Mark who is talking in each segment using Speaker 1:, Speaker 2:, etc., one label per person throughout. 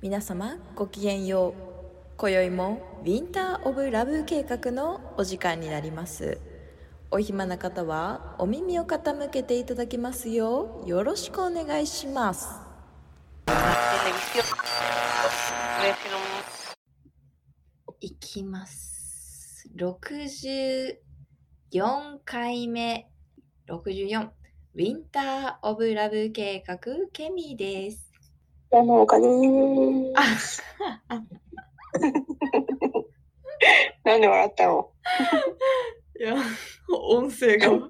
Speaker 1: 皆様ごきげんよう今宵もウィンター・オブ・ラブ計画のお時間になりますお暇な方はお耳を傾けていただきますようよろしくお願いします
Speaker 2: televisión. Televisión.
Speaker 1: いきます。64回目、64、ウィンター・オブ・ラブ計画、ケミです。
Speaker 3: どうもお金ー
Speaker 1: あ
Speaker 3: なんで笑ったの
Speaker 1: いや、音声が、音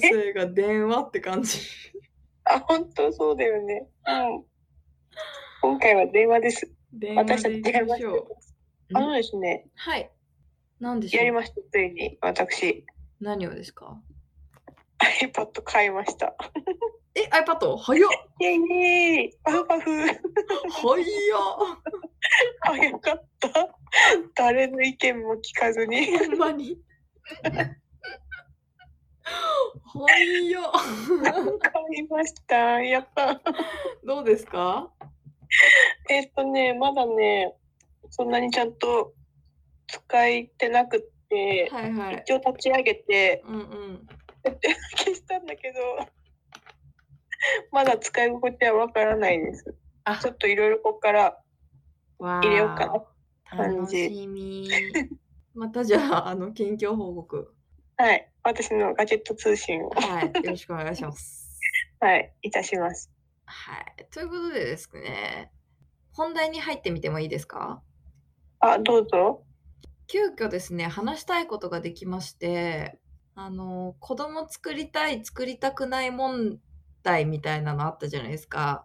Speaker 1: 声が電話って感じ。
Speaker 3: あ、本当そうだよね。うん。今回は電話です。
Speaker 1: 電話
Speaker 3: 私た
Speaker 1: で
Speaker 3: ち
Speaker 1: いき
Speaker 3: 電
Speaker 1: ま
Speaker 3: 話
Speaker 1: し
Speaker 3: し
Speaker 1: てょ
Speaker 3: ま
Speaker 1: う。
Speaker 3: す。あのですね、
Speaker 1: はい。何でし
Speaker 3: やり
Speaker 1: ょう
Speaker 3: ました、ついに、私。
Speaker 1: 何をですか
Speaker 3: iPad 買いました。
Speaker 1: え、iPad? 早っ
Speaker 3: イェイイェイパフパフ
Speaker 1: 早っ
Speaker 3: 早かった。誰の意見も聞かずに。
Speaker 1: ほんまに。早っ
Speaker 3: 買いました。やった。
Speaker 1: どうですか
Speaker 3: えっとね、まだね、そんなにちゃんと使えてなくって、
Speaker 1: はいはい。
Speaker 3: 一応立ち上げて、
Speaker 1: うんうん。
Speaker 3: 消したんだけど、まだ使い心地はわからないです。
Speaker 1: あ
Speaker 3: ちょっといろいろここから
Speaker 1: わ
Speaker 3: 入れようか
Speaker 1: あ
Speaker 3: 感じ
Speaker 1: 楽しみ。またじゃあ、あの、近況報告。
Speaker 3: な。はい。私のガジェット通信を、
Speaker 1: はい。よろしくお願いします。
Speaker 3: はい、いたします。
Speaker 1: はい。ということでですね、本題に入ってみてもいいですか
Speaker 3: あ、どうぞ。
Speaker 1: 急遽ですね、話したいことができまして、あの、子供作りたい、作りたくない問題みたいなのあったじゃないですか。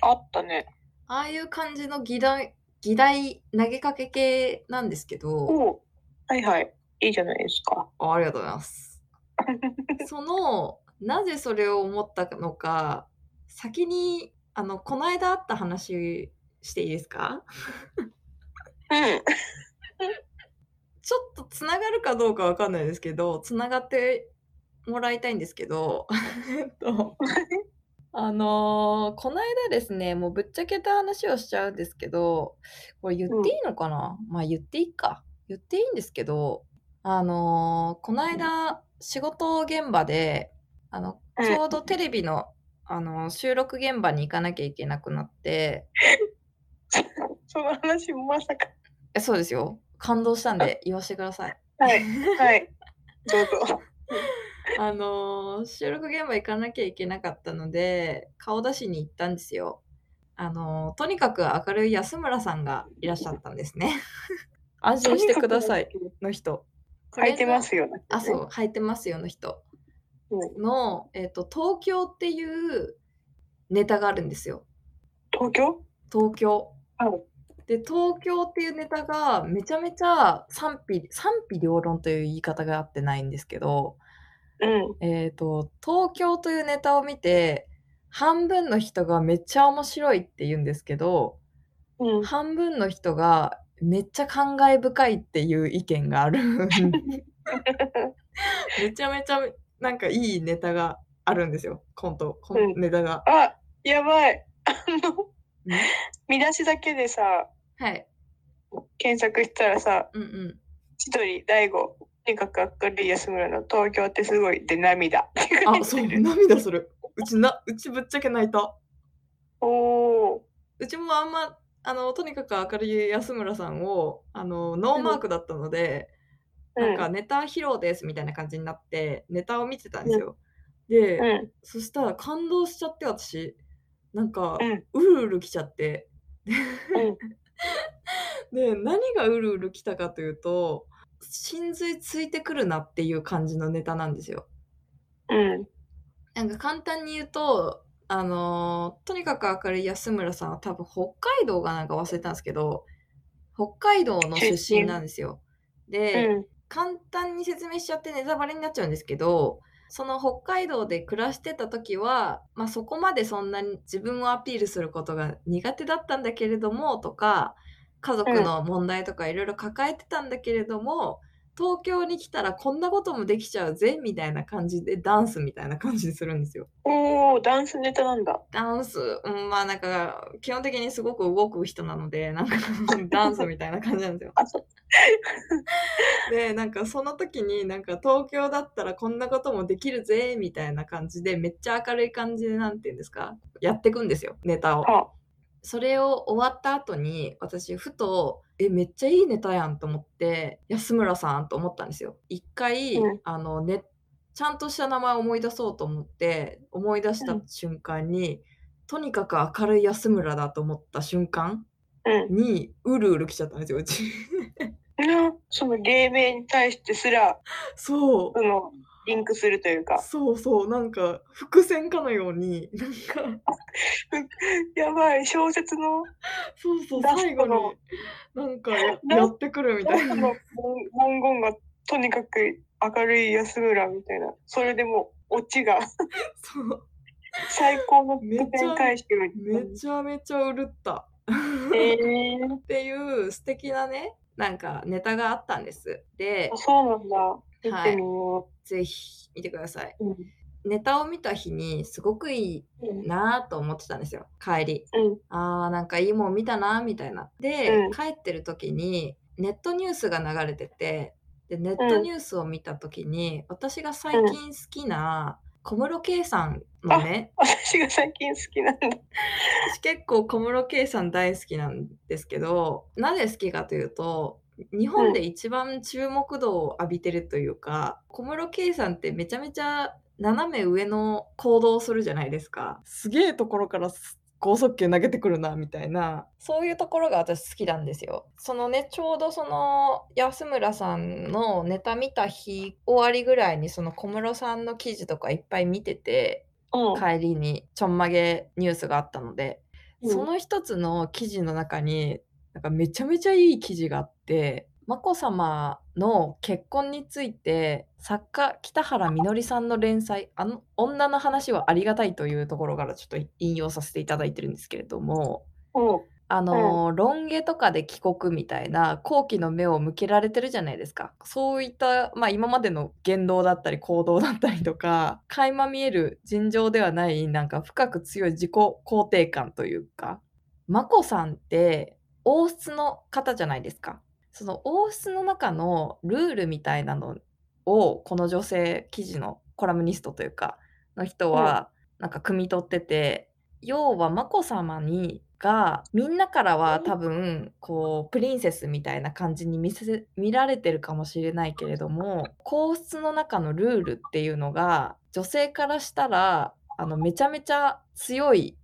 Speaker 3: あったね。
Speaker 1: ああいう感じの議題、議題投げかけ系なんですけど、
Speaker 3: おうはいはい。いいじゃないですか。
Speaker 1: あありがとうございます。そのなぜそれを思ったのか先にあのこの間あった話していいですか
Speaker 3: うん。
Speaker 1: ちょっとつながるかどうかわかんないですけどつながってもらいたいんですけどえっ とあのーこの間ですねもうぶっちゃけた話をしちゃうんですけどこれ言っていいのかな、まあ言っていいか言っていいんですけどあのーこの間仕事現場であの
Speaker 3: うん
Speaker 1: ちょうどテレビの、あのー収録現場に行かなきゃいけなくなって
Speaker 3: その話もまさか。
Speaker 1: えそうですよ感動したんで言わせてください。
Speaker 3: はい。 はい。どうぞ。
Speaker 1: あのー収録現場行かなきゃいけなかったので顔出しに行ったんですよ。あのーとにかく明るい安村さんがいらっしゃったんですね。 安心してください。の人。
Speaker 3: 書いてますよ。
Speaker 1: あそう入ってますよの人
Speaker 3: うん。
Speaker 1: の、えっと東京っていうネタがあるんですよ。
Speaker 3: 東京
Speaker 1: 東京。
Speaker 3: はい
Speaker 1: で東京っていうネタがめちゃめちゃ賛否賛否両論という言い方があってないんですけど。
Speaker 3: うん。
Speaker 1: えー、と東京というネタを見て半分の人がめっちゃ面白いって言うんですけど
Speaker 3: うん。
Speaker 1: 半分の人がめっちゃ感慨深いっていう意見が あるめちゃめちゃなんかいいネタがあるんですよコントコン
Speaker 3: うん
Speaker 1: ネタが。
Speaker 3: あ、やばい。あの
Speaker 1: うん、
Speaker 3: 見出しだけでさ、
Speaker 1: はい、
Speaker 3: 検索したらさ、
Speaker 1: うんうん
Speaker 3: 千鳥大悟とにかく明るい安村の東京ってすごいで涙
Speaker 1: あ そう涙するうちなうちぶっちゃけ泣いた
Speaker 3: おお
Speaker 1: うちもあんまあのとにかく明るい安村さんをあのノーマークだったので、
Speaker 3: う
Speaker 1: なん
Speaker 3: ん
Speaker 1: かネタ披露ですみたいな感じになってネタを見てたんですよ。で、
Speaker 3: うん
Speaker 1: そしたら感動しちゃって私なんか
Speaker 3: うん
Speaker 1: うるうるきちゃって。
Speaker 3: うん
Speaker 1: で何がうるうるきたかというと真髄ついてくるなっていう感じのネタなんですよ。
Speaker 3: うん
Speaker 1: なんか簡単に言うと、あのーとにかく明るい安村さんは多分北海道がなんか忘れたんですけど、北海道の出身なんですよ。で、
Speaker 3: うん
Speaker 1: 簡単に説明しちゃってネタバレになっちゃうんですけど、その北海道で暮らしてた時は、まあ、そこまでそんなに自分をアピールすることが苦手だったんだけれどもとか家族の問題とかいろいろ抱えてたんだけれども、東京に来たらこんなこともできちゃうぜみたいな感じでダンスみたいな感じにするんですよ。
Speaker 3: おお、ダンスネタなんだ。
Speaker 1: ダンス、うん、まあなんか基本的にすごく動く人なのでなんかダンスみたいな感じなんですよ。
Speaker 3: あ、そう。
Speaker 1: でなんかその時になんか東京だったらこんなこともできるぜみたいな感じでめっちゃ明るい感じでなんて言うんですかやってくんですよネタを。
Speaker 3: あ、
Speaker 1: それを終わった後に私ふとえめっちゃいいネタやんと思って安村さんと思ったんですよ。一回、
Speaker 3: うん
Speaker 1: あのねちゃんとした名前を思い出そうと思って思い出し
Speaker 3: う
Speaker 1: た瞬間に、とにかく明るい安村だと思った瞬間
Speaker 3: うん。
Speaker 1: にうるうる来ちゃったんですようち。
Speaker 3: な、その黎明に対してすら、
Speaker 1: そう
Speaker 3: その、リンクするというか。
Speaker 1: そうそうなんか伏線かのように なんか
Speaker 3: やばい、小説の、
Speaker 1: そうそう
Speaker 3: ラスト
Speaker 1: 最後に
Speaker 3: の
Speaker 1: なんかや
Speaker 3: ラス
Speaker 1: やってくるみたい
Speaker 3: そ
Speaker 1: な
Speaker 3: の文言が、とにかく明るい安村みたいな。それでもう、オ チが、
Speaker 1: そう
Speaker 3: 最高の
Speaker 1: めっちゃ
Speaker 3: 伏線回収。
Speaker 1: めちゃめちゃうるった。
Speaker 3: ええー
Speaker 1: っていう素敵なねなんかネタがあったんです。で
Speaker 3: あ、そうなんだ。
Speaker 1: はい
Speaker 3: 見てみよ
Speaker 1: ぜひ見てください。
Speaker 3: う。
Speaker 1: ネタを見た日にすごくい
Speaker 3: うん
Speaker 1: いなぁと思ってたんですよ帰り。
Speaker 3: うん。
Speaker 1: あーなんかいいもん見たなぁみたいな。で、
Speaker 3: うん
Speaker 1: 帰ってる時にネットニュースが流れててでネットニュースを見た時に、私が最近好きな小室圭さんのね、
Speaker 3: 私が最近好きなんだ。
Speaker 1: 私結構小室圭さん大好きなんですけどなぜ好きかというと日本で一番注目度を浴びてるというか、小室圭さんってめちゃめちゃ斜め上の行動をするじゃないですかすげえところから高速球投げてくるなみたいなそういうところが私好きなんですよそのねちょうどその安村さんのネタ見た日終わりぐらいにその小室さんの記事とかいっぱい見てて
Speaker 3: うん。
Speaker 1: 帰りにちょんまげニュースがあったので、その一つの記事の中になんかめちゃめちゃいい記事があって眞子さまの結婚について作家北原みのりさんの連載「あの女の話はありがたい」というところからちょっと引用させていただいてるんですけれども。
Speaker 3: うん。
Speaker 1: あのーロン毛とかで帰国みたいな好奇の目を向けられてるじゃないですかそういった、まあ、今までの言動だったり行動だったりとか垣間見える尋常ではないなんか深く強い自己肯定感というか眞子さんって王室の方じゃないですかその王室の中のルールみたいなのをこの女性記事のコラムニストというかの人はなんか汲み取ってて、要は眞子さまにがみんなからは多分こうプリンセスみたいな感じに見せ見られてるかもしれないけれども皇室の中のルールっていうのが女性からしたらあのめちゃめちゃ強い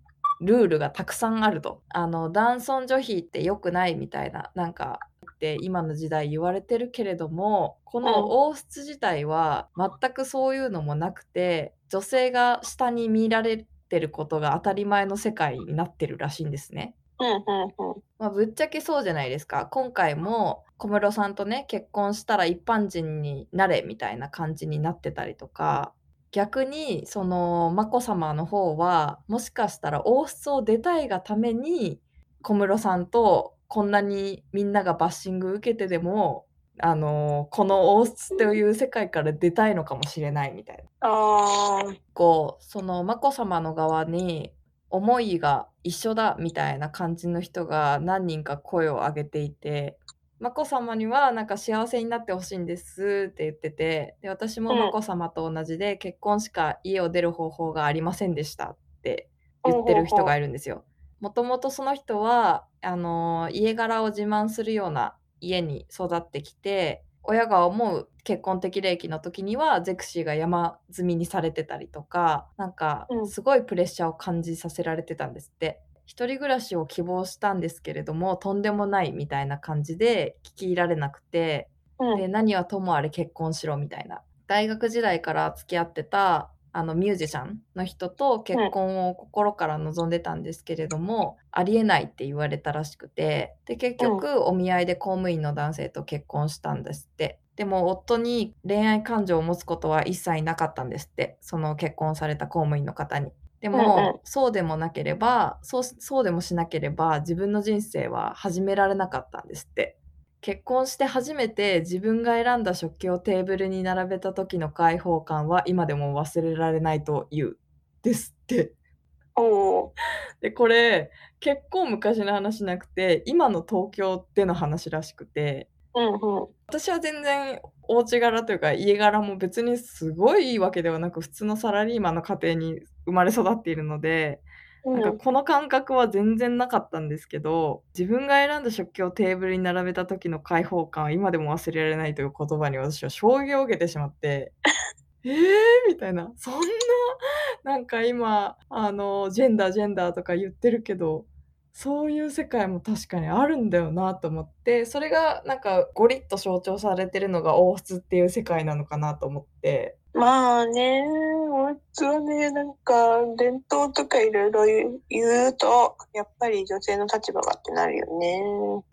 Speaker 1: ルールがたくさんあるとあの男尊女卑って良くないみたいななんかって今の時代言われてるけれどもこ
Speaker 3: うん
Speaker 1: の王室自体は全くそういうのもなくて女性が下に見られてることが当たり前の世界になってるらしいんですね。
Speaker 3: うん。うん。うん。
Speaker 1: まあ、ぶっちゃけそうじゃないですか今回も小室さんとね結婚したら一般人になれみたいな感じになってたりとか逆にその眞子さまの方はもしかしたら王室を出たいがために小室さんとこんなにみんながバッシング受けてでもあのこの王室という世界から出たいのかもしれないみたいな。
Speaker 3: ああ。
Speaker 1: 構その眞子さまの側に思いが一緒だみたいな感じの人が何人か声を上げていて眞子さまにはなんか幸せになってほしいんですって言っててで私も
Speaker 3: うん
Speaker 1: 眞子さまと同じで結婚しか家を出る方法がありませんでしたって言ってる人がいるんですよ。もともとその人はあの家柄を自慢するような家に育ってきて親が思う結婚適齢期の時にはゼクシーが山積みにされてたりとかなんか
Speaker 3: うん
Speaker 1: すごいプレッシャーを感じさせられてたんですって。一人暮らしを希望したんですけれどもとんでもないみたいな感じで聞き入られなくて
Speaker 3: うん。
Speaker 1: で何はともあれ結婚しろみたいな大学時代から付き合ってたあのミュージシャンの人と結婚を心から望んでたんですけれども、ありえないって言われたらしくてで結局お見合いで公務員の男性と結婚したんですってでも夫に恋愛感情を持つことは一切なかったんですってその結婚された公務員の方に。でも、
Speaker 3: うんうん
Speaker 1: そうでもなければそうそうでもしなければ自分の人生は始められなかったんですって。結婚して初めて自分が選んだ食器をテーブルに並べた時の開放感は今でも忘れられないというですって。
Speaker 3: おー
Speaker 1: でこれ結構昔の話なくて今の東京での話らしくて
Speaker 3: うんうん
Speaker 1: 私は全然お家柄というか家柄も別にすごいいいわけではなく普通のサラリーマンの家庭に生まれ育っているのでな
Speaker 3: う
Speaker 1: ん
Speaker 3: ん
Speaker 1: かこの感覚は全然なかったんですけど自分が選んだ食器をテーブルに並べた時の開放感は今でも忘れられないという言葉に私は衝撃を受けてしまってえーみたいなそんななんか今あのジェンダージェンダーとか言ってるけどそういう世界も確かにあるんだよなと思ってそれがなんかゴリッと象徴されてるのが王室っていう世界なのかなと思って。
Speaker 3: まあね、おうちはね、なんか、伝統とかいろいろ言うと、やっぱり女性の立場がってなるよね。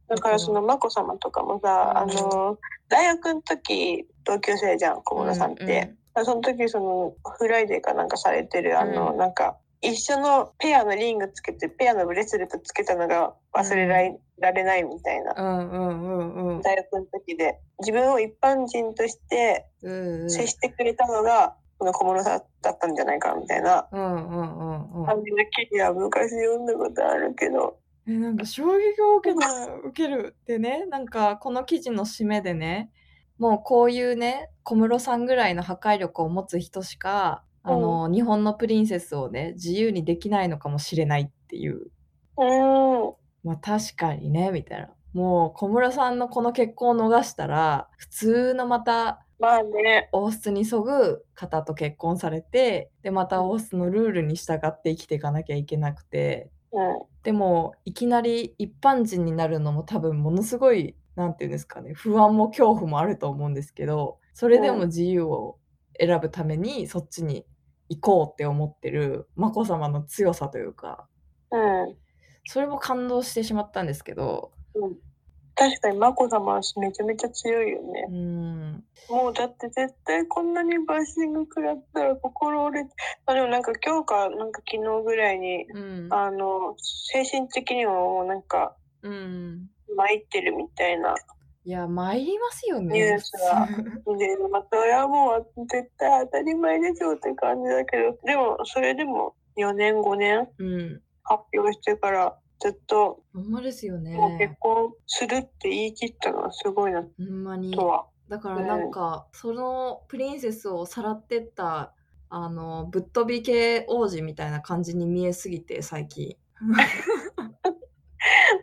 Speaker 3: だからその、まこさまとかもさ、あ
Speaker 1: うん
Speaker 3: の、大学の時、同級生じゃん、小室さんって。だからその時、その、フライデーかなんかされてる、あの、なんか、一緒のペアのリングつけて、ペアのブレスレットつけたのが忘れられ,、ないみたいな
Speaker 1: う。んうんうんうんうん
Speaker 3: 大学の時で、自分を一般人として、
Speaker 1: うんうん
Speaker 3: 接してくれたのが、この小室さんだったんじゃないかみたいな
Speaker 1: うんうんうんうん
Speaker 3: 感じの記事は昔読んだことあるけど。
Speaker 1: えなんか衝撃を受けた受けるってねなんかこの記事の締めでねもうこういうね小室さんぐらいの破壊力を持つ人しかあの、日本のプリンセスをね自由にできないのかもしれないっていう
Speaker 3: うーん。
Speaker 1: まあ確かにねみたいなもう小室さんのこの結婚を逃したら普通のまた
Speaker 3: まあね。
Speaker 1: 王室にそぐ方と結婚されてでまた王室のルールに従って生きていかなきゃいけなくて
Speaker 3: うん。
Speaker 1: でもいきなり一般人になるのも多分ものすごいなんていうんですかね不安も恐怖もあると思うんですけどそれでも
Speaker 3: うん
Speaker 1: 自由を選ぶためにそっちに行こうって思ってる眞子さまの強さというか
Speaker 3: うん。
Speaker 1: それも感動してしまったんですけど
Speaker 3: 確かに眞子さまはめちゃめちゃ強いよね
Speaker 1: う。ーん
Speaker 3: もうだって絶対こんなにバッシング食らったら心折れて。まあでもなんか今日かなんか昨日ぐらいに、
Speaker 1: うん
Speaker 3: あの、精神的にももうなんか
Speaker 1: うん
Speaker 3: 参ってるみたいな。
Speaker 1: いや参りますよ
Speaker 3: ニュ
Speaker 1: ね
Speaker 3: ースはで、まあ、それはもう絶対当たり前でしょうって感じだけど、でも、それでも4年、5年
Speaker 1: うん
Speaker 3: 発表してから、ずっと
Speaker 1: ほんまですよね
Speaker 3: もう結婚するって言い切ったのはすごいな
Speaker 1: ほんまに
Speaker 3: とは。
Speaker 1: だからなんか、そのプリンセスをさらってったあのぶっ飛び系王子みたいな感じに見えすぎて最近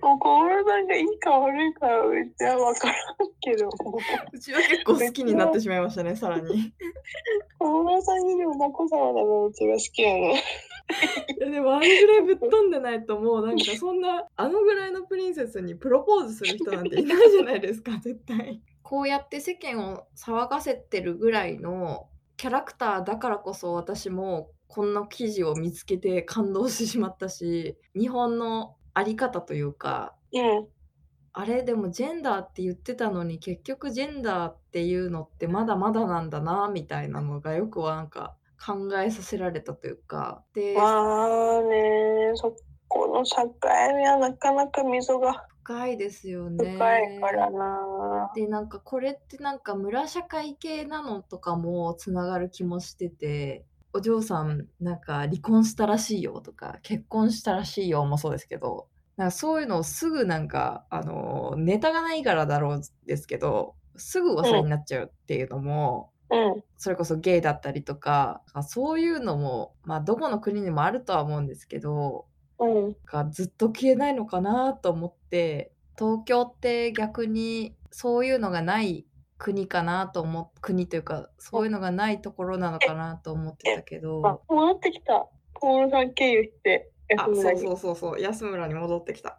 Speaker 3: もう小室さんがいいか悪いかは別にわからんけど、
Speaker 1: うちは結構好きになってしまいま したねさらにい
Speaker 3: 小室さんよりも眞子さまだのうちが好きやの。
Speaker 1: やでもあれぐらいぶっ飛んでないと もうなんかそんなあのぐらいのプリンセスにプロポーズする人なんていないじゃない ですか絶対こうやって世間を騒がせてるぐらいのキャラクターだからこそ私もこんな記事を見つけて感動してしまったし日本のあり方というか
Speaker 3: うん。
Speaker 1: あれでもジェンダーって言ってたのに結局ジェンダーっていうのってまだまだなんだなみたいなのがよくはなんか考えさせられたというかで
Speaker 3: まあね、そこの境目はなかなか溝が
Speaker 1: 深いですよね。
Speaker 3: 深いからな。
Speaker 1: でなんかこれってなんか村社会系なのとかもつながる気もしててお嬢さんなんか離婚したらしいよとか結婚したらしいよもそうですけどなんかそういうのをすぐなんかあのネタがないからだろうですけどすぐ噂になっちゃうっていうのも。
Speaker 3: うん。
Speaker 1: それこそゲイだったりとかなんかそういうのも、まあ、どこの国にもあるとは思うんですけど
Speaker 3: うん。
Speaker 1: なんかずっと消えないのかなと思って東京って逆にそういうのがない国かなと思う国というかそういうのがないところなのかなと思ってたけ
Speaker 3: あ
Speaker 1: ど、
Speaker 3: 戻ってきた。小室さん経由して、
Speaker 1: あ
Speaker 3: 安村に。
Speaker 1: うそうそう安村に戻ってきた
Speaker 3: っ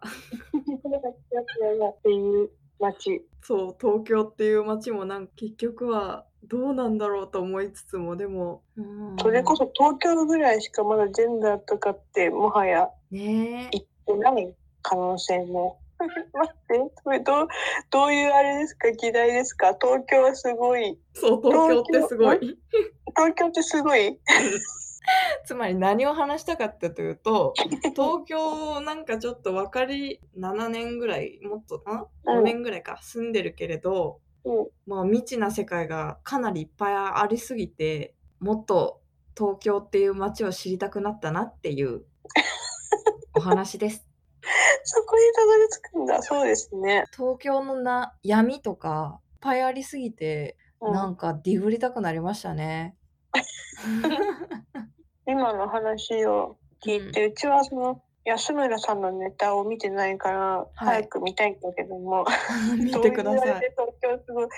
Speaker 3: ていう街。
Speaker 1: そう東京っていう街もなんか結局はどうなんだろうと思いつつもでもうん
Speaker 3: それこそ東京ぐらいしかまだジェンダーとかってもはや
Speaker 1: ねえ
Speaker 3: 言ってない可能性も。 待って、それどう、どういうあれですか議題ですか東京はすごい。
Speaker 1: そう東京ってすごい。
Speaker 3: 東京ってすごい
Speaker 1: つまり何を話したかったというと、東京をなんかちょっと分かり、7年ぐらい、もっと、ん
Speaker 3: うん
Speaker 1: ?5 年ぐらいか、住んでるけれど、
Speaker 3: うん
Speaker 1: まあ未知な世界がかなりいっぱいありすぎて、もっと東京っていう街を知りたくなったなっていう お話です。
Speaker 3: そこにたどり着くんだ。そうですね。
Speaker 1: 東京のな闇とか、いっぱいありすぎて、
Speaker 3: うん
Speaker 1: なんかディグりたくなりました ね。
Speaker 3: 今の話を聞いて、うちはその安村さんのネタを見てないから早く見たいんだけども、
Speaker 1: 見
Speaker 3: どう
Speaker 1: て
Speaker 3: う
Speaker 1: くだ
Speaker 3: あれ
Speaker 1: さい。
Speaker 3: で東京すごい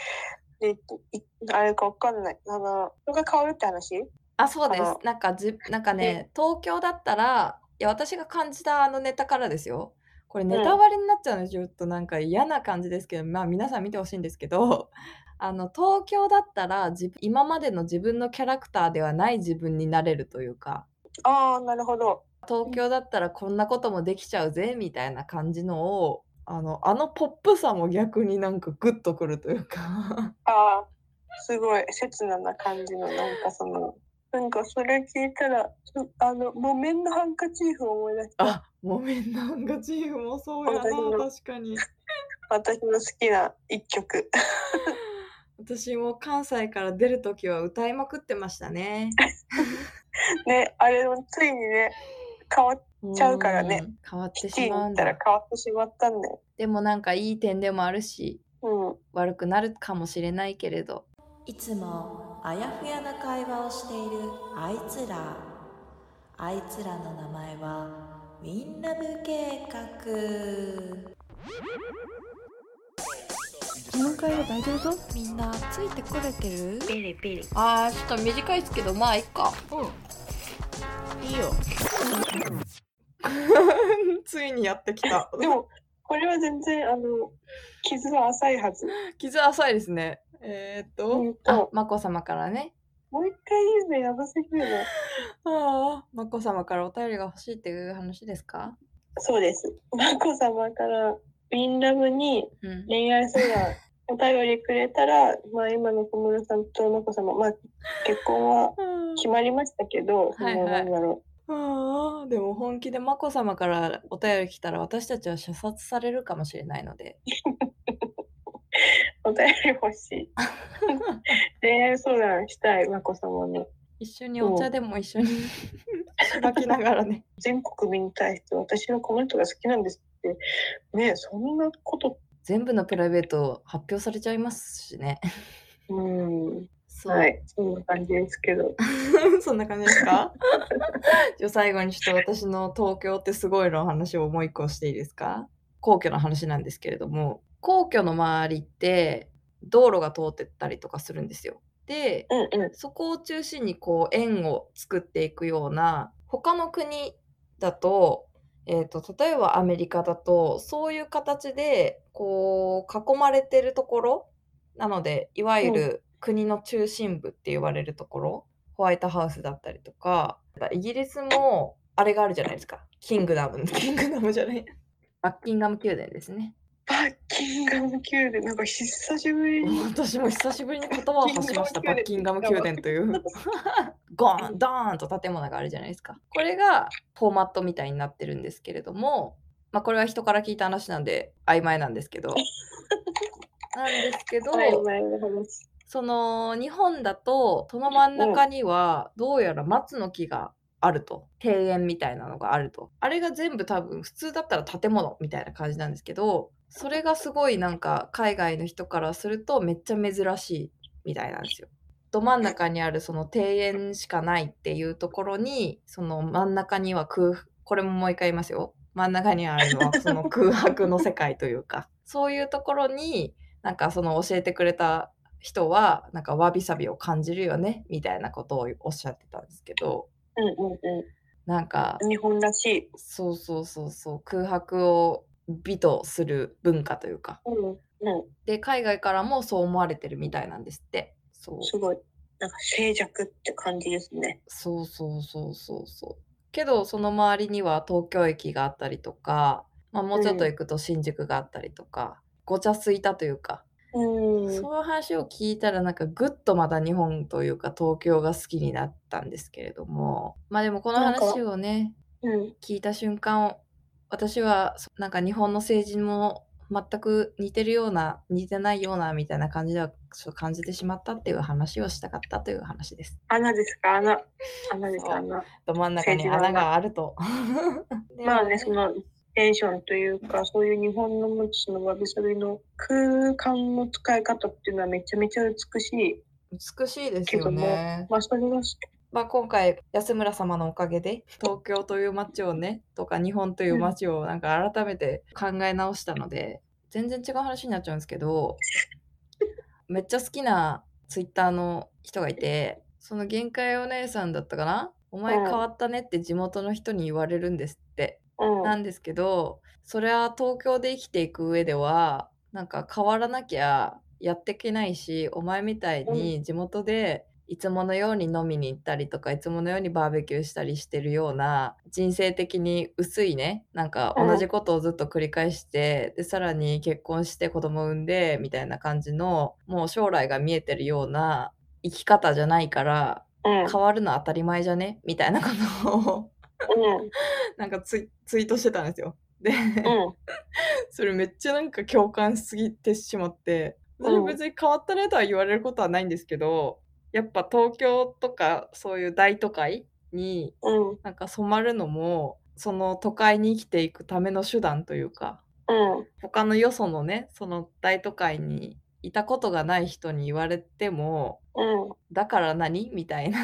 Speaker 3: でいあれかわかんないあの人が変わるって話
Speaker 1: あ、そうです
Speaker 3: あ。
Speaker 1: なんかじ、なんかね、東京だったら、いや、私が感じたあのネタからですよ。これネタ割りになっちゃうので、ちょっとなんか嫌な感じですけど、まあ皆さん見てほしいんですけど、 あの、東京だったら、じ今までの自分のキャラクターではない自分になれるというか、
Speaker 3: ああなるほど
Speaker 1: 東京だったらこんなこともできちゃうぜ、みたいな感じのを、あの、あのポップさも逆になんかグッとくるというか、
Speaker 3: ああすごい刹那な感じのなんかそのなんかそれ聞いたらうあの木綿のハンカチーフを思い出した
Speaker 1: あ、もめんなんかチーフもそうやな、
Speaker 3: 私も
Speaker 1: 確かに。
Speaker 3: 私の好きな一曲
Speaker 1: 私も関西から出るときは歌いまくってました ね。
Speaker 3: ねあれもついにね変わっちゃうからね
Speaker 1: うん。変わって
Speaker 3: シテ
Speaker 1: し
Speaker 3: ィに
Speaker 1: まう
Speaker 3: 行
Speaker 1: ん
Speaker 3: ったら
Speaker 1: だ。
Speaker 3: 変わってしまったんだよ
Speaker 1: でもなんかいい点でもあるし、
Speaker 3: うん
Speaker 1: 悪くなるかもしれないけれど。
Speaker 4: いつもあやふやな会話をしているあいつらあいつらの名前はウィンラブ計画
Speaker 5: この会話大丈夫そう
Speaker 4: みんなついてこれてる
Speaker 2: ビリビリ。
Speaker 1: ああ、ちょっと短いですけど、まあいっか。うん。いいよ。 ついにやってきた。
Speaker 3: でも、これは全然、あの、傷は浅いはず。
Speaker 1: 傷浅いですね。えー、っと、
Speaker 3: うん
Speaker 1: あ
Speaker 3: と、、
Speaker 1: まこさまからね。
Speaker 3: もう一回言うのやばすぎるの。
Speaker 1: ああ、まこさまからお便りが欲しいっていう話ですか
Speaker 3: そうです。まこ様から、ウィンラムに
Speaker 1: うん。
Speaker 3: 恋愛 相談、お便りくれたら、まあ今の小室さんとまこ様、まあ結婚は
Speaker 1: うん
Speaker 3: 決まりましたけど、そ
Speaker 1: はい
Speaker 3: の、
Speaker 1: はい
Speaker 3: なんだろ
Speaker 1: ああ、でも本気で眞子さまからお便り来たら私たちは射殺されるかもしれないの で。
Speaker 3: う、お便り欲しい。恋愛相談したい、まこ様に。
Speaker 1: 一緒にお
Speaker 3: そ
Speaker 1: 茶
Speaker 3: う
Speaker 1: でも一 緒にしばきながらね。
Speaker 3: 全国民に対して私のコメントが好きなんですって、ねえそんなこと、
Speaker 1: 全部のプライベート発表されちゃいますしね。
Speaker 3: うん。
Speaker 1: そう。
Speaker 3: はい、そんな感じですけど。
Speaker 1: そんな感じですか じゃあ最後にちょっと私の東京ってすごいの話をもう一個していいですか皇居の話なんですけれども皇居の周りって道路が通ってったりとかするんですよ。で
Speaker 3: うんうん。
Speaker 1: そこを中心にこう円を作っていくような他の国だと,、えー、と例えばアメリカだとそういう形でこう囲まれてるところなのでいわゆる国の中心部って言われるところ、ホワイトハウスだったりとかイギリスもあれがあるじゃないですかキングダム キングダムじゃないバッキンガム宮殿ですね
Speaker 3: バッキンガム宮殿、なんか久しぶりに。
Speaker 1: 私も久しぶりに言葉を発しましたバッキンガム宮殿という。 ゴーンドーンと建物があるじゃないですかこれがフォーマットみたいになってるんですけれどもまあこれは人から聞いた話なんで曖昧なんですけ どなんですけど
Speaker 3: はい、前の話。
Speaker 1: その日本だとその真ん中にはどうやら松の木があると庭園みたいなのがあるとあれが全部多分普通だったら建物みたいな感じなんですけどそれがすごいなんか海外の人からするとめっちゃ珍しいみたいなんですよ。ど真ん中にあるその庭園しかないっていうところにその真ん中には空これももう一回言いますよ真ん中にあるのはその空白の世界というかそういうところになんかその教えてくれた人はなんかわびさびを感じるよねみたいなことをおっしゃってたんですけど
Speaker 3: うんうんう
Speaker 1: なんか
Speaker 3: ん。日本らしい。
Speaker 1: そうそうそうそう空白を美とする文化というか
Speaker 3: うんうん。
Speaker 1: で海外からもそう思われてるみたいなんですってそう
Speaker 3: すごい。なんか静寂って感じですね。
Speaker 1: そうそうそうそうそうけどその周りには東京駅があったりとか、まあ、もうちょっと行くと新宿があったりとか、ごちゃついたというか
Speaker 3: うん。
Speaker 1: そういう話を聞いたらなんかぐっとまた日本というか東京が好きになったんですけれどもまあでもこの
Speaker 3: なんか
Speaker 1: 話をね
Speaker 3: うん。
Speaker 1: 聞いた瞬間私はそなんか日本の政治も全く似てるような似てないようなみたいな感じではそう感じてしまったっていう話をしたかったという話です。
Speaker 3: 穴ですか穴。穴です
Speaker 1: そう
Speaker 3: か穴。
Speaker 1: ど真ん中に
Speaker 3: 政治の
Speaker 1: 穴
Speaker 3: 穴
Speaker 1: があると。
Speaker 3: まあね、そのテンションというか、そういう日本の持つそのわびさびの空間の使い方っていうのはめちゃめちゃ美しい。
Speaker 1: 美しいですよね。
Speaker 3: まあ、それが
Speaker 1: まあ、今回安村様のおかげで東京という街をねとか日本という街をなんか改めて考え直したので全然違う話になっちゃうんですけどめっちゃ好きなツイッターの人がいてその限界お姉さんだったかなお前
Speaker 3: うん
Speaker 1: 変わったねって地元の人に言われるんですって
Speaker 3: うん。
Speaker 1: なんですけどそれは東京で生きていく上ではなんか変わらなきゃやってけないしお前みたいに地元でいつものように飲みに行ったりとかいつものようにバーベキューしたりしてるような人生的に薄いねなんか
Speaker 3: うん
Speaker 1: 同じことをずっと繰り返してでさらに結婚して子供産んでみたいな感じのもう将来が見えてるような生き方じゃないから
Speaker 3: うん。
Speaker 1: 変わるの当たり前じゃねみたいなことを
Speaker 3: うん。
Speaker 1: なんかツイツイートしてたんですよ。で、
Speaker 3: うん。
Speaker 1: それめっちゃなんか共感しすぎてしまって私
Speaker 3: うん
Speaker 1: 別に変わったねとは言われることはないんですけど、やっぱ東京とかそういう大都会に
Speaker 3: うん。
Speaker 1: なんか染まるのもその都会に生きていくための手段というか
Speaker 3: うん。
Speaker 1: 他のよそのねその大都会にいたことがない人に言われても
Speaker 3: うん。
Speaker 1: だから何みたいな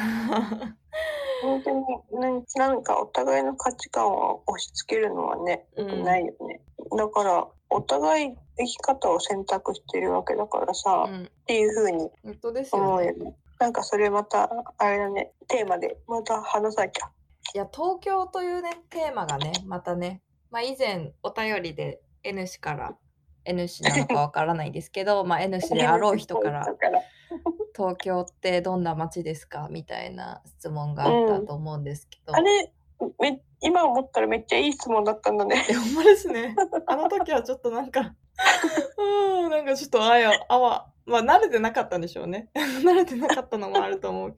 Speaker 3: 本当になんなんかお互いの価値観を押し付けるのはね、
Speaker 1: う
Speaker 3: 良
Speaker 1: ん
Speaker 3: くないよね。だから、お互い生き方を選択してるわけだからさ、
Speaker 1: う
Speaker 3: っ
Speaker 1: ん
Speaker 3: ていうふうに
Speaker 1: 本当です
Speaker 3: 思
Speaker 1: よ
Speaker 3: う
Speaker 1: ね
Speaker 3: よね。なんかそれまた、あれだね、テーマでまた話さなきゃ。
Speaker 1: いや東京というねテーマがねまたね、まあ、以前お便りで N 氏から N 氏なのかわからないですけ どまあ N 氏であろう人から
Speaker 3: だから
Speaker 1: 「東京ってどんな街ですか?」みたいな質問があったと思うんですけど、
Speaker 3: あれめ、今思ったらめっちゃいい質問だったんだね。
Speaker 1: いやほんまですねあの時はちょっとなんかうんなんかちょっとあやあわまあ慣れてなかったんでしょうね 慣れてなかったのもあると思う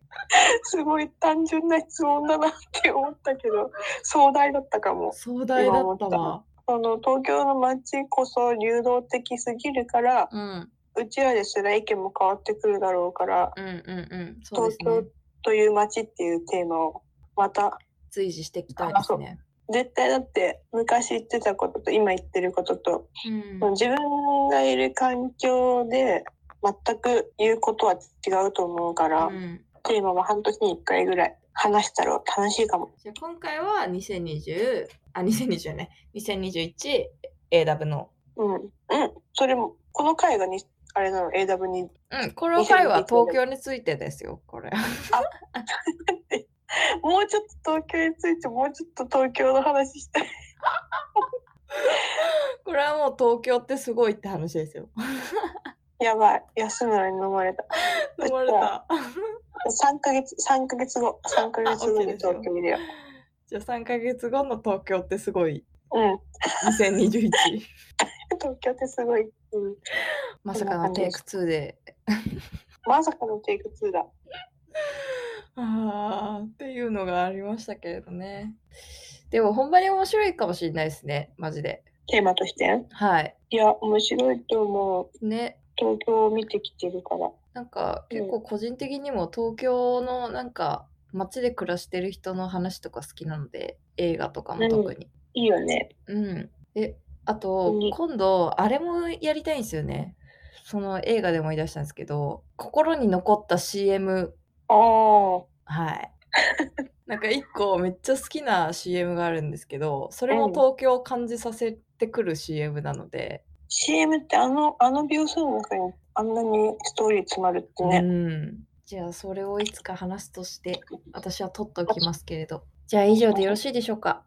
Speaker 3: すごい単純な質問だなって思ったけど、壮大だったかも。
Speaker 1: 壮大だったわ
Speaker 3: その東京の街こそ流動的すぎるから、
Speaker 1: うん
Speaker 3: うちらですら意見も変わってくるだろうから、
Speaker 1: うんうんうんそうですね
Speaker 3: 東という街っていうテーマを、また、
Speaker 1: 随時していきたいですね
Speaker 3: 絶対だって昔言ってたことと今言ってることと、
Speaker 1: うん
Speaker 3: 自分がいる環境で全く言うことは違うと思うから、
Speaker 1: うん
Speaker 3: テーマは半年に1回ぐらい話したら楽しいかも。
Speaker 1: じゃあ今回は2020あ2020ね2021 AW の
Speaker 3: うん。うん。それも、この回がに、あれなの、AW に。
Speaker 1: うんこれ回は東京についてですよこれ
Speaker 3: もうちょっと東京について、もうちょっと東京の話したい。
Speaker 1: これはもう東京ってすごいって話です よ
Speaker 3: やばい。安村に飲まれた。
Speaker 1: 飲まれた
Speaker 3: 3ヶ月、三ヶ月後、3ヶ月後に東京にいるよ。
Speaker 1: じゃあ3ヶ月後の東京ってすごい
Speaker 3: うん。
Speaker 1: 2021
Speaker 3: 東京ってすごい。うん。
Speaker 1: まさかのテイク2で
Speaker 3: まさかのテイク2だ。
Speaker 1: あーっていうのがありましたけれどねでもほんまに面白いかもしれないですねマジで
Speaker 3: テーマとして。
Speaker 1: はい
Speaker 3: いや、面白いと思う。
Speaker 1: ね
Speaker 3: 東京を見てきてるから。
Speaker 1: なんか
Speaker 3: うん
Speaker 1: 結構個人的にも東京のなんか街で暮らしてる人の話とか好きなので映画とかも特に。
Speaker 3: いいよね。
Speaker 1: うん。えあと
Speaker 3: うん
Speaker 1: 今度あれもやりたいんですよね。その映画で思い出したんですけど心に残った CM
Speaker 3: ああ。
Speaker 1: はい。 なんか一個めっちゃ好きな CM があるんですけどそれも
Speaker 3: うん
Speaker 1: 東京を感じさせてくる CM なので、
Speaker 3: CM ってあの、あの秒数の中にあんなにストーリー詰まるって
Speaker 1: う
Speaker 3: ね。
Speaker 1: ん。じゃあそれをいつか話すとして私は取っておきますけれど。じゃあ以上でよろしいでしょうか。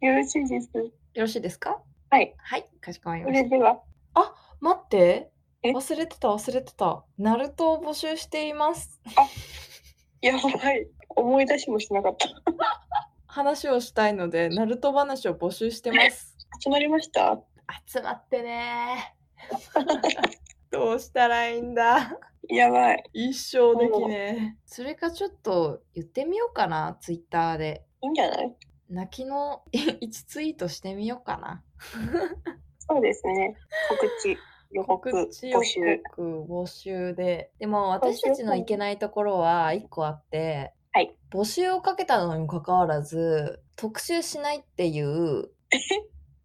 Speaker 3: よろしいです。
Speaker 1: よろしいですか。
Speaker 3: はい。
Speaker 1: はい、かしこまり
Speaker 3: そ
Speaker 1: まし
Speaker 3: れ
Speaker 1: た。
Speaker 3: では、
Speaker 1: 待って。
Speaker 3: え
Speaker 1: 忘れてた忘れてた。ナルトを募集しています。
Speaker 3: やばい。思い出しもしなかった。
Speaker 1: 話をしたいのでナルト話を 募集してます。
Speaker 3: 集まりました
Speaker 1: 集まってね どうしたらいいんだ。
Speaker 3: やばい。
Speaker 1: 一生できねえ。それかちょっと言ってみようかな、ツイッターで。
Speaker 3: いいんじゃない
Speaker 1: 泣きの一ツイートしてみようかな。
Speaker 3: そうですね。告知、予告、
Speaker 1: 告知
Speaker 3: 募集。
Speaker 1: 告募集で。でも私たちのいけないところは一個あって、
Speaker 3: はい
Speaker 1: 募集をかけたのにもかかわらず、特集しないって いう、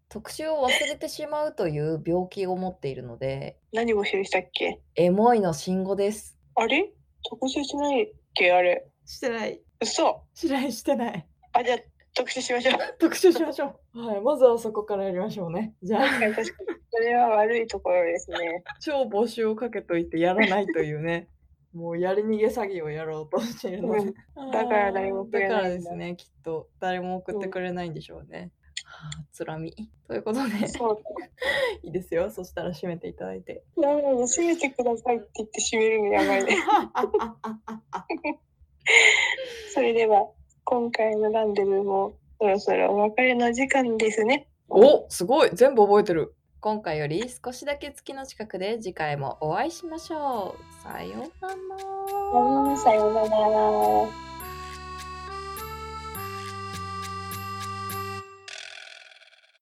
Speaker 1: 特集を忘れてしまうという病気を持っているので、
Speaker 3: 何募集したっけ
Speaker 1: エモいの信号です。
Speaker 3: あれ特集しないっけあれ。
Speaker 1: してない。
Speaker 3: 嘘。
Speaker 1: しないしてない。
Speaker 3: あ、じゃあ特集しましょう。
Speaker 1: 特集しましょう。はい、まずはそこからやりましょうね。じゃあ、
Speaker 3: 確かに確かに。それは悪いところですね。
Speaker 1: 超募集をかけといてやらないという ね。もうやり逃げ詐欺をやろうとしているので。
Speaker 3: だから誰もくれないんだ
Speaker 1: だからですね、きっと誰も送ってくれないんでしょうね。はあ、つらみ。ということで、
Speaker 3: そう。
Speaker 1: いいですよ。そしたら締めていただい て。
Speaker 3: なるほど、閉めてくださいって言って閉めるのやばい ね。それでは、今回のランデブーもそろそろお別れの時間ですね。
Speaker 1: おすごい全部覚えてる今回より少しだけ月の近くで次回もお会いしましょう。さようなら。
Speaker 3: うんさようなら。